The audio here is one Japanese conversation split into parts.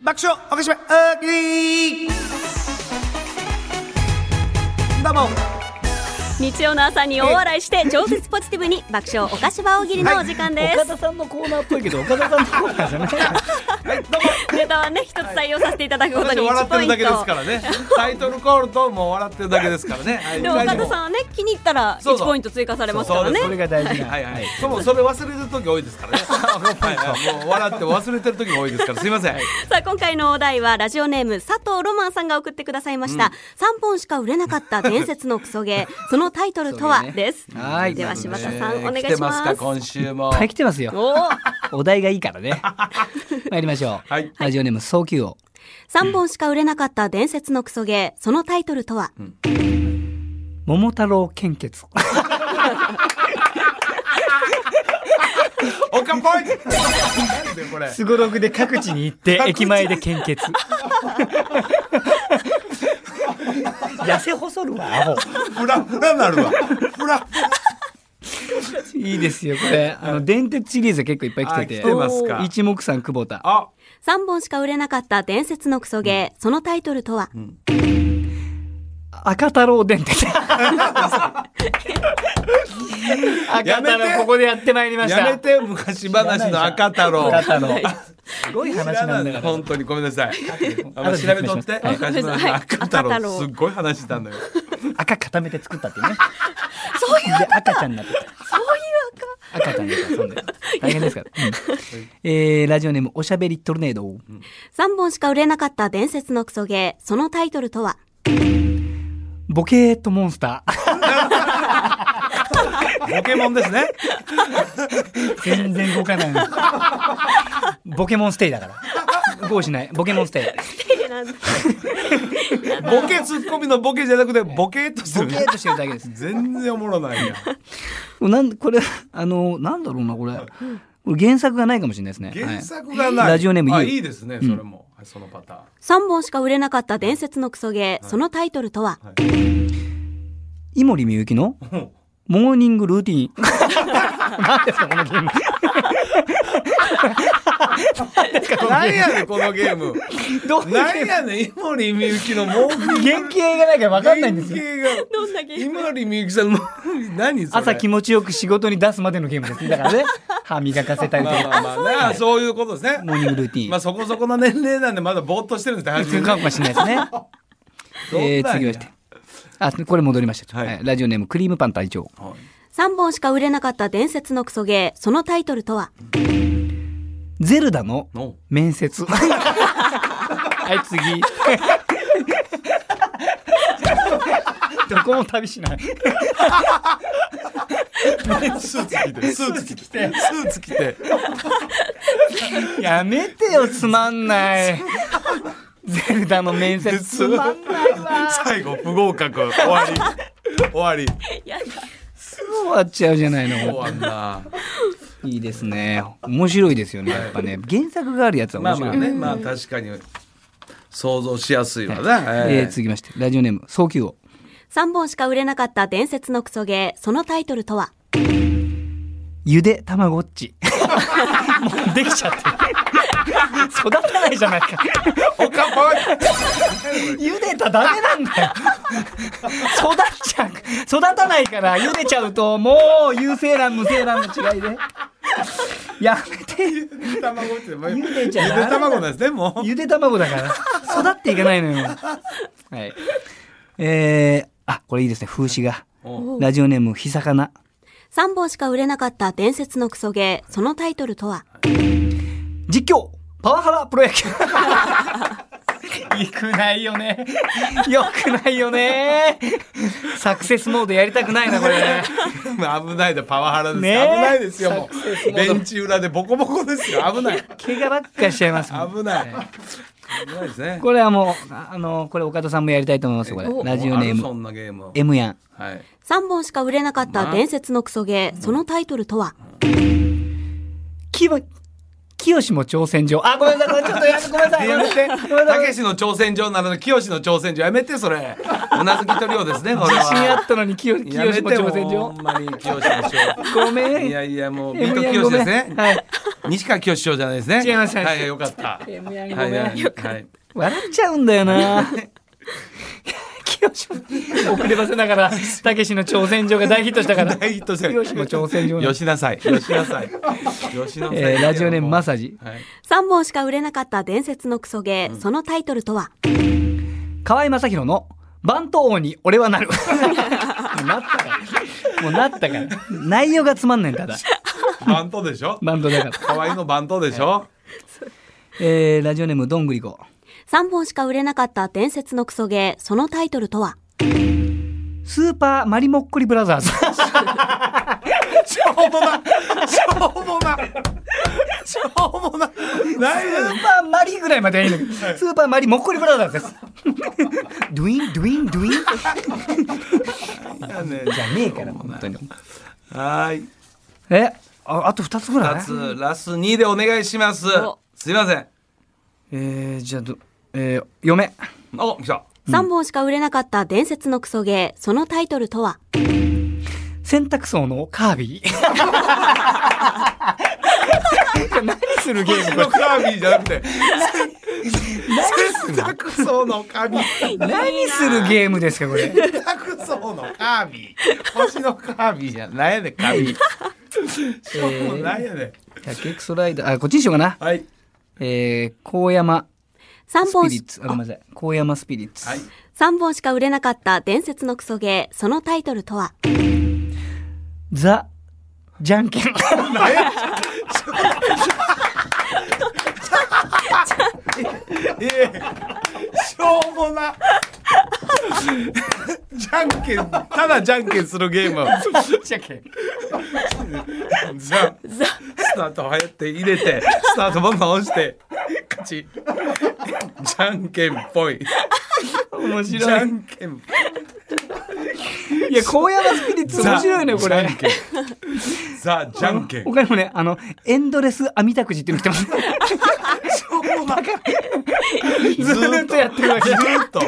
爆笑おかしめ大喜利どうも日曜の朝に大笑いして超絶ポジティブに爆笑おかしば大喜利のお時間です、岡田さんのコーナーっぽいけど岡田さんのコーナーじゃないネタはね一つ採用させていただくこと私に笑1ってポイるンだけですトからね タイトルコールともう笑ってるだけですからね、はいでも岡田さんはね気に入ったらそうそう1ポイント追加されますからねそうそれが大事な、はいはい、そうもうそれ忘れてる時多いですからねはい、はい、もう笑って忘れてる時が多いですからすいません、さあ今回のお題はラジオネーム佐藤ロマンさんが送ってくださいました、3本しか売れなかった伝説のクソゲ ーそのタイトルとはです、はいでは柴田さんお願い来しますてますか今週もはい来てますよおおお題がいいか らね参りましょう、はいラジオネーム早急王3本しか売れなかった伝説のクソゲーそのタイトルとは、桃太郎献血おかぽいなんでこれすごろくで各地に行って 駅前で献血痩せ細るわアホフラフラなるわフラいいですよこれあの電鉄シリーズが結構いっぱい来て来ててますか一目散久保田あ3本しか売れなかった伝説のクソゲー、そのタイトルとは、赤太郎電 鉄赤太郎ここでやってまいりましたやめて昔話の赤太郎赤太郎すごい知話らなないんんだだから本当にごめんなさいあ後で調べとって説明は昔話しいの赤赤太太郎郎すっごい話したんだよ赤固めて作ったっていうね そういうで赤ちゃんになってたそういう赤赤ちゃんになってたそんで大変ですから、うんえーラジオネームおしゃべりトルネード、 3本しか売れなかった伝説のクソゲーそのタイトルとはボケーっとモンスターポケモンですね全然動かない ボケモンステイだから動しないボケモンステイボケツッコミのボケじゃなくてボケっとすボるケーっとしてるだけです全然おもろないやんなんこれあのなんだろうなこれこれ原作がないかもしれないですね原作はがいないラジオネームあゆういいですねそれもはいそのパターン3本しか売れなかった伝説のクソゲー、そのタイトルとは、井森美幸のモーニングルーテ ィン。何ですかこのゲーム。 なんやねんこのゲームどうないうんゲーやねん井森美幸のモーニングム原型がないから分かんないんですよ。原型がどんだけ井森美幸さんの何それ朝気持ちよく仕事に出すまでのゲームです。だ からね、歯磨かせたりとまあか。まあまあなそういうことですねモーニングルーティン。まあそこそこの年齢なんでまだぼーっとしてるんですって普通かもしれないですね。えー、次まして。あ、これ戻りました。はいはいラジオネームクリームパン隊長。 3本しか売れなかった伝説のクソゲーそのタイトルとはゼルダのの 面接。はい、次。どこも旅しない。スーツ着てスーツ着てスーツ着てやめてよ、つまん ない。ゼルダの面接つまんない わ。最後不合格終わり終わり終わっちゃうじゃない終の。わんないいですね。面白いですよね。やっぱね、原作があるやつはまあま面白あい。ねまあ確かに想像しやすいわなえー、続きまして、ラジオネーム、早急王。 3本しか売れなかった伝説のクソゲーそのタイトルとはゆでたまごっち。もうできちゃってる。育たないじゃないか。おかっぱい茹でたらダメなんだよ。育っちゃう。育たないから、茹でちゃうと、もう、有精卵、無精卵の違いで。やめてよ。ゆで卵ってゆでちゃダメゆで卵なんですねも うゆで卵だから育っていかないのよ。はい。えー、あこれいいですね風刺がお。ラジオネームひさかな。 3本しか売れなかった伝説のクソゲーそのタイトルとは実況パワハラプロ野球。よくないよね。よくないよね。サクセスモードやりたくないなこれ、ね。危ないでパワハラです、ねえ危ないですよもうベンチ裏でボコボコですよ危ない怪我ばっかりしちゃいますもん。危ない危ないですねこれはもうああのこれ岡田さんもやりたいと思いますよこれラジオネーあるそムんなゲーム M やん。はい3本しか売れなかった伝説のクソゲーそのタイトルとはキバ、清も挑戦状あごめんなさいちょっとやめごめんなさいごやめんめなさていごめんなたさいけしの挑戦状なのにきよしの挑戦状やめてそれうなずき取りようですねこれは自信あったのに清やめ清てもも挑戦ほ状んまにきよしのごめんいやいやもう M ビートきやよごしでめすんねはい西川きよし師匠じゃないですね違います違いますはいよかったはい M やごはめいんはい笑っちゃうんだよな。 清志も遅ればせながら、たけしの挑戦状が大ヒットしたから。大ヒットしてる清志も挑戦状なよの。しなさいよしなさいよしなさいえーラジオネームマサジジ。はい3本しか売れなかった伝説のクソゲー、そのタイトルとは河合正宏の番頭王に俺はなる。もうなったから。もうなったから。内容がつまんないんだただ。バントでしょバンドだから。可愛いのバントでしょえーラジオネームどんぐりこ。 3本しか売れなかった伝説のクソゲー、そのタイトルとはスーパーマリモッコリブラザーズ。しょうもなしょうもなしょうもなないスーパーマリぐらいまではいいのにスーパーマリモッコリブラザーズです。ドゥイン、ドゥイン、ドゥイン。じよねゃねえから、本当に。はーいえああと2つぐらいラスラス2でお願いしますおすいませんえー、じゃあど、えー、嫁。お来た3本しか売れなかった伝説のクソゲー、そのタイトルとは洗濯槽のカービィ。何するゲームのカービィじゃなくて洗濯槽のカービィ何するゲームですか、これ。洗濯槽のカービィ星のカービィじゃないやねんカービィしょうもないやねん百エクソライダー。あ、こっちにしようかな。はいえー、高山3スピ本リしッツ。あ、ごめんなさい。高山スピリッツ。はい3本しか売れなかった伝説のクソゲー、そのタイトルとはザ、じゃんけん。ええしょうもなじゃんけんただじゃんけんするゲームじゃんけん。ザザスタート流行って入れてスタートボタン押して勝ちじゃんけんっぽい面じゃ白い。んけんいや、高山スピリッツ面白いね、これ。ザじゃんけん他にもね、あの、エンドレス網たくじっていうの来てます。 ずーっとやってるわけずーっと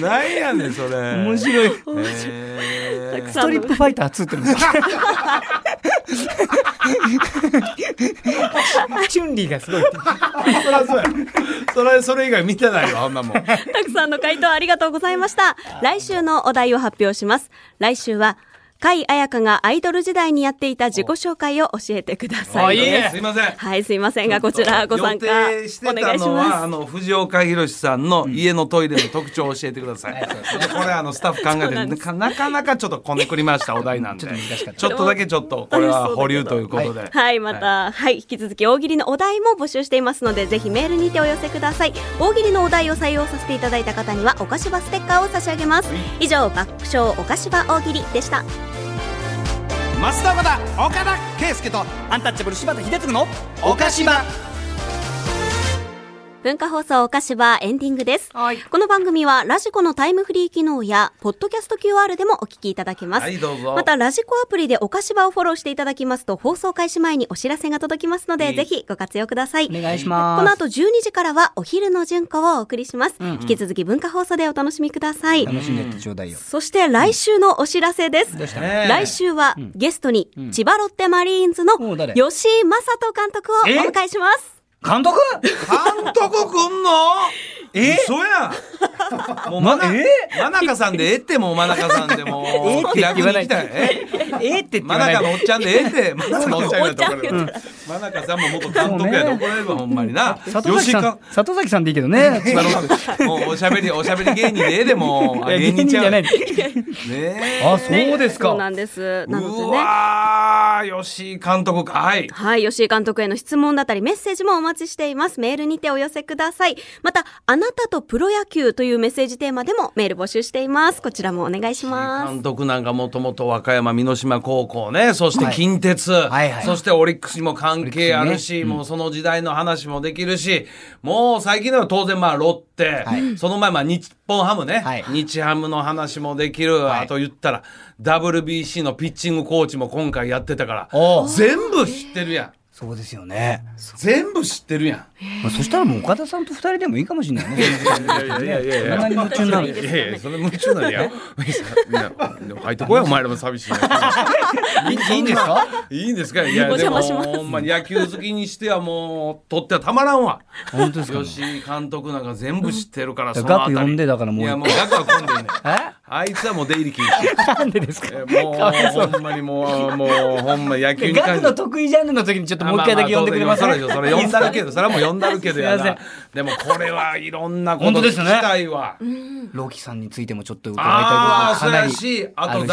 なんやねんそれ面白い。えーストリップファイター2って ます。チュンリーがすごいって。そらそうやそれそれ以外見てないわあんなもんたくさんの回答ありがとうございました。来週のお題を発表します。来週は、甲斐彩香がアイドル時代にやっていた自己紹介を教えてくださあい。いいねすいませんはい、すいませんが、こちらご参加お予定して願たいしのはあます。の藤岡弘さんの家のトイレの特徴を教えてください。これあのスタッフ考えてるなかなかなかちょっとこねくりましたお題なんで、 ちょっとだけちょっとこれは保留ということ で。はい、また、はい、引き続き大喜利のお題も募集していますので、ぜひメールにてお寄せください。大喜利のお題を採用させていただいた方には、お菓子場ステッカーを差し上げます。以上、爆笑お菓子場大喜利でした。増田岡田岡田圭介とアンタッチャブル柴田秀嗣の岡島。文化放送お菓子場エンディングです。この番組はラジコのタイムフリー機能や、ポッドキャスト QR でもお聞きいただけます。はいどうぞまた、ラジコアプリでお菓子場をフォローしていただきますと、放送開始前にお知らせが届きますので、はいぜひご活用ください。お願いしこのます。後12時からはお昼の順子をお送りします。引き続き文化放送でお楽しみください。楽しんでやってちょうだいよ。そして来週のお知らせです。来週はゲストに千葉ロッテマリーンズのおう誰吉井正人監督をお迎えします。監督監督くんの？え？嘘やん。もうまなえ真中さんでええってもう真中さんでもう気楽に行きたい。え？えーって言って言真わない中のおでっちゃんでええ って真中のおっちゃんやと怒られおっちゃんる真中さんも元監督やと怒られるわほんまにな里崎吉さん川、里崎さんでいいけどね。千葉ロッテもうおしゃべりおしゃべり芸人でええでもいや 芸人じゃない。ねえあ、そうですそかう。なんです。なのでうね。わー吉井監督かはいはい、吉井監督への質問だったりメッセージもお待ちしています。メールにてお寄せください。また、あなたとプロ野球というメッセージテーマでもメール募集しています。こちらもお願いします監。督なんかもともと和歌山箕島高校ねそして近鉄、はいはいそしてオリックスにも関係あるし、もうその時代の話もできるしもう最近では当然まあロッテ、その前まあ日本ハムね、はい日ハムの話もできる、はいあと言ったら WBC のピッチングコーチも今回やってたかおらう全部知ってるやん。そうですよね。全部知ってるやんまあ、そしたらもう岡田さんと二人でもいいかもしれないね。いやいやいやいそんなに夢中なのいやいやそれ夢中なの やみんなでも入ってこいお前らも寂しいないいいいんですかいいんですかいやでもお邪魔しますほんまに野球好きにしてはもうとってはたまらん わ本当ですか、吉井監督なんか全部知ってるからだそからのあたガク呼りんでだからもういやもうガクは混んでんね んえあいつはもう出入り禁止なんで ですかえもうほんまにもうもうほんま野球でにガク関のして得意ジャンルの時にちょっともう一回だけ呼んでくれますああどうぞそれそれ 呼んだるけど。どそれはもう呼んだるけどや すいまなでもこれはいろんなこ本当とで聞きすねたいわロキさんについてもちょっと伺いああたそいうことがかなやりしああとるし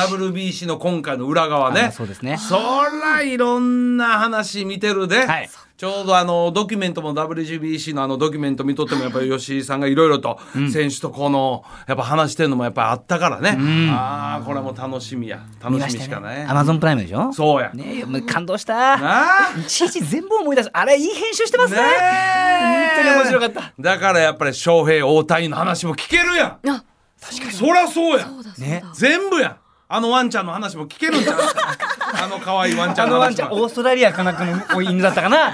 WBC の今回の裏側あねそうですねそらいろんな話見てるで、はいちょうどあのドキュメントも WBC のあのドキュメント見とってもやっぱり吉井さんがいろいろと選手とこのやっぱ話してるのもやっぱりあったからね、ああこれはもう楽しみや楽見しまみしたしかない、ね。アマゾンプライムでしょ。そうや、ねえもう感動した。なあいちいち全部思い出す。あれいい編集してますね。ねえ本当に面白かった。だからやっぱり翔平大谷の話も聞けるやんあ確かにそりゃそうやんね。全部やんあのワンちゃんの話も聞けるんちゃうあの可愛いワンちゃあんののワン話ちゃんもオーストラリアかなんかのお犬だったかな。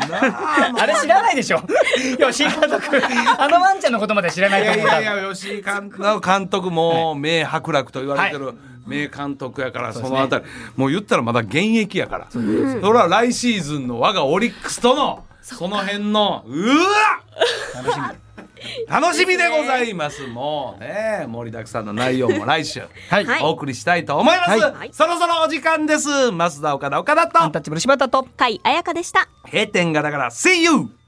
あれ知らないでしょ。 吉井監督あのワンちゃんのことまで知らないいとや思いう多や分いや吉井監督監督も名伯楽と言われてる名監督やからそのあたりもう言ったらまだ現役やからそれは来シーズンの我がオリックスとのその辺のうわ楽しみでございますもうね盛りだくさんの内容も来週はいはいお送りしたいと思います、いそろそろお時間です増田岡田岡田アンとタッチャブル柴田と。甲斐彩香でした閉店ガラガラ See you!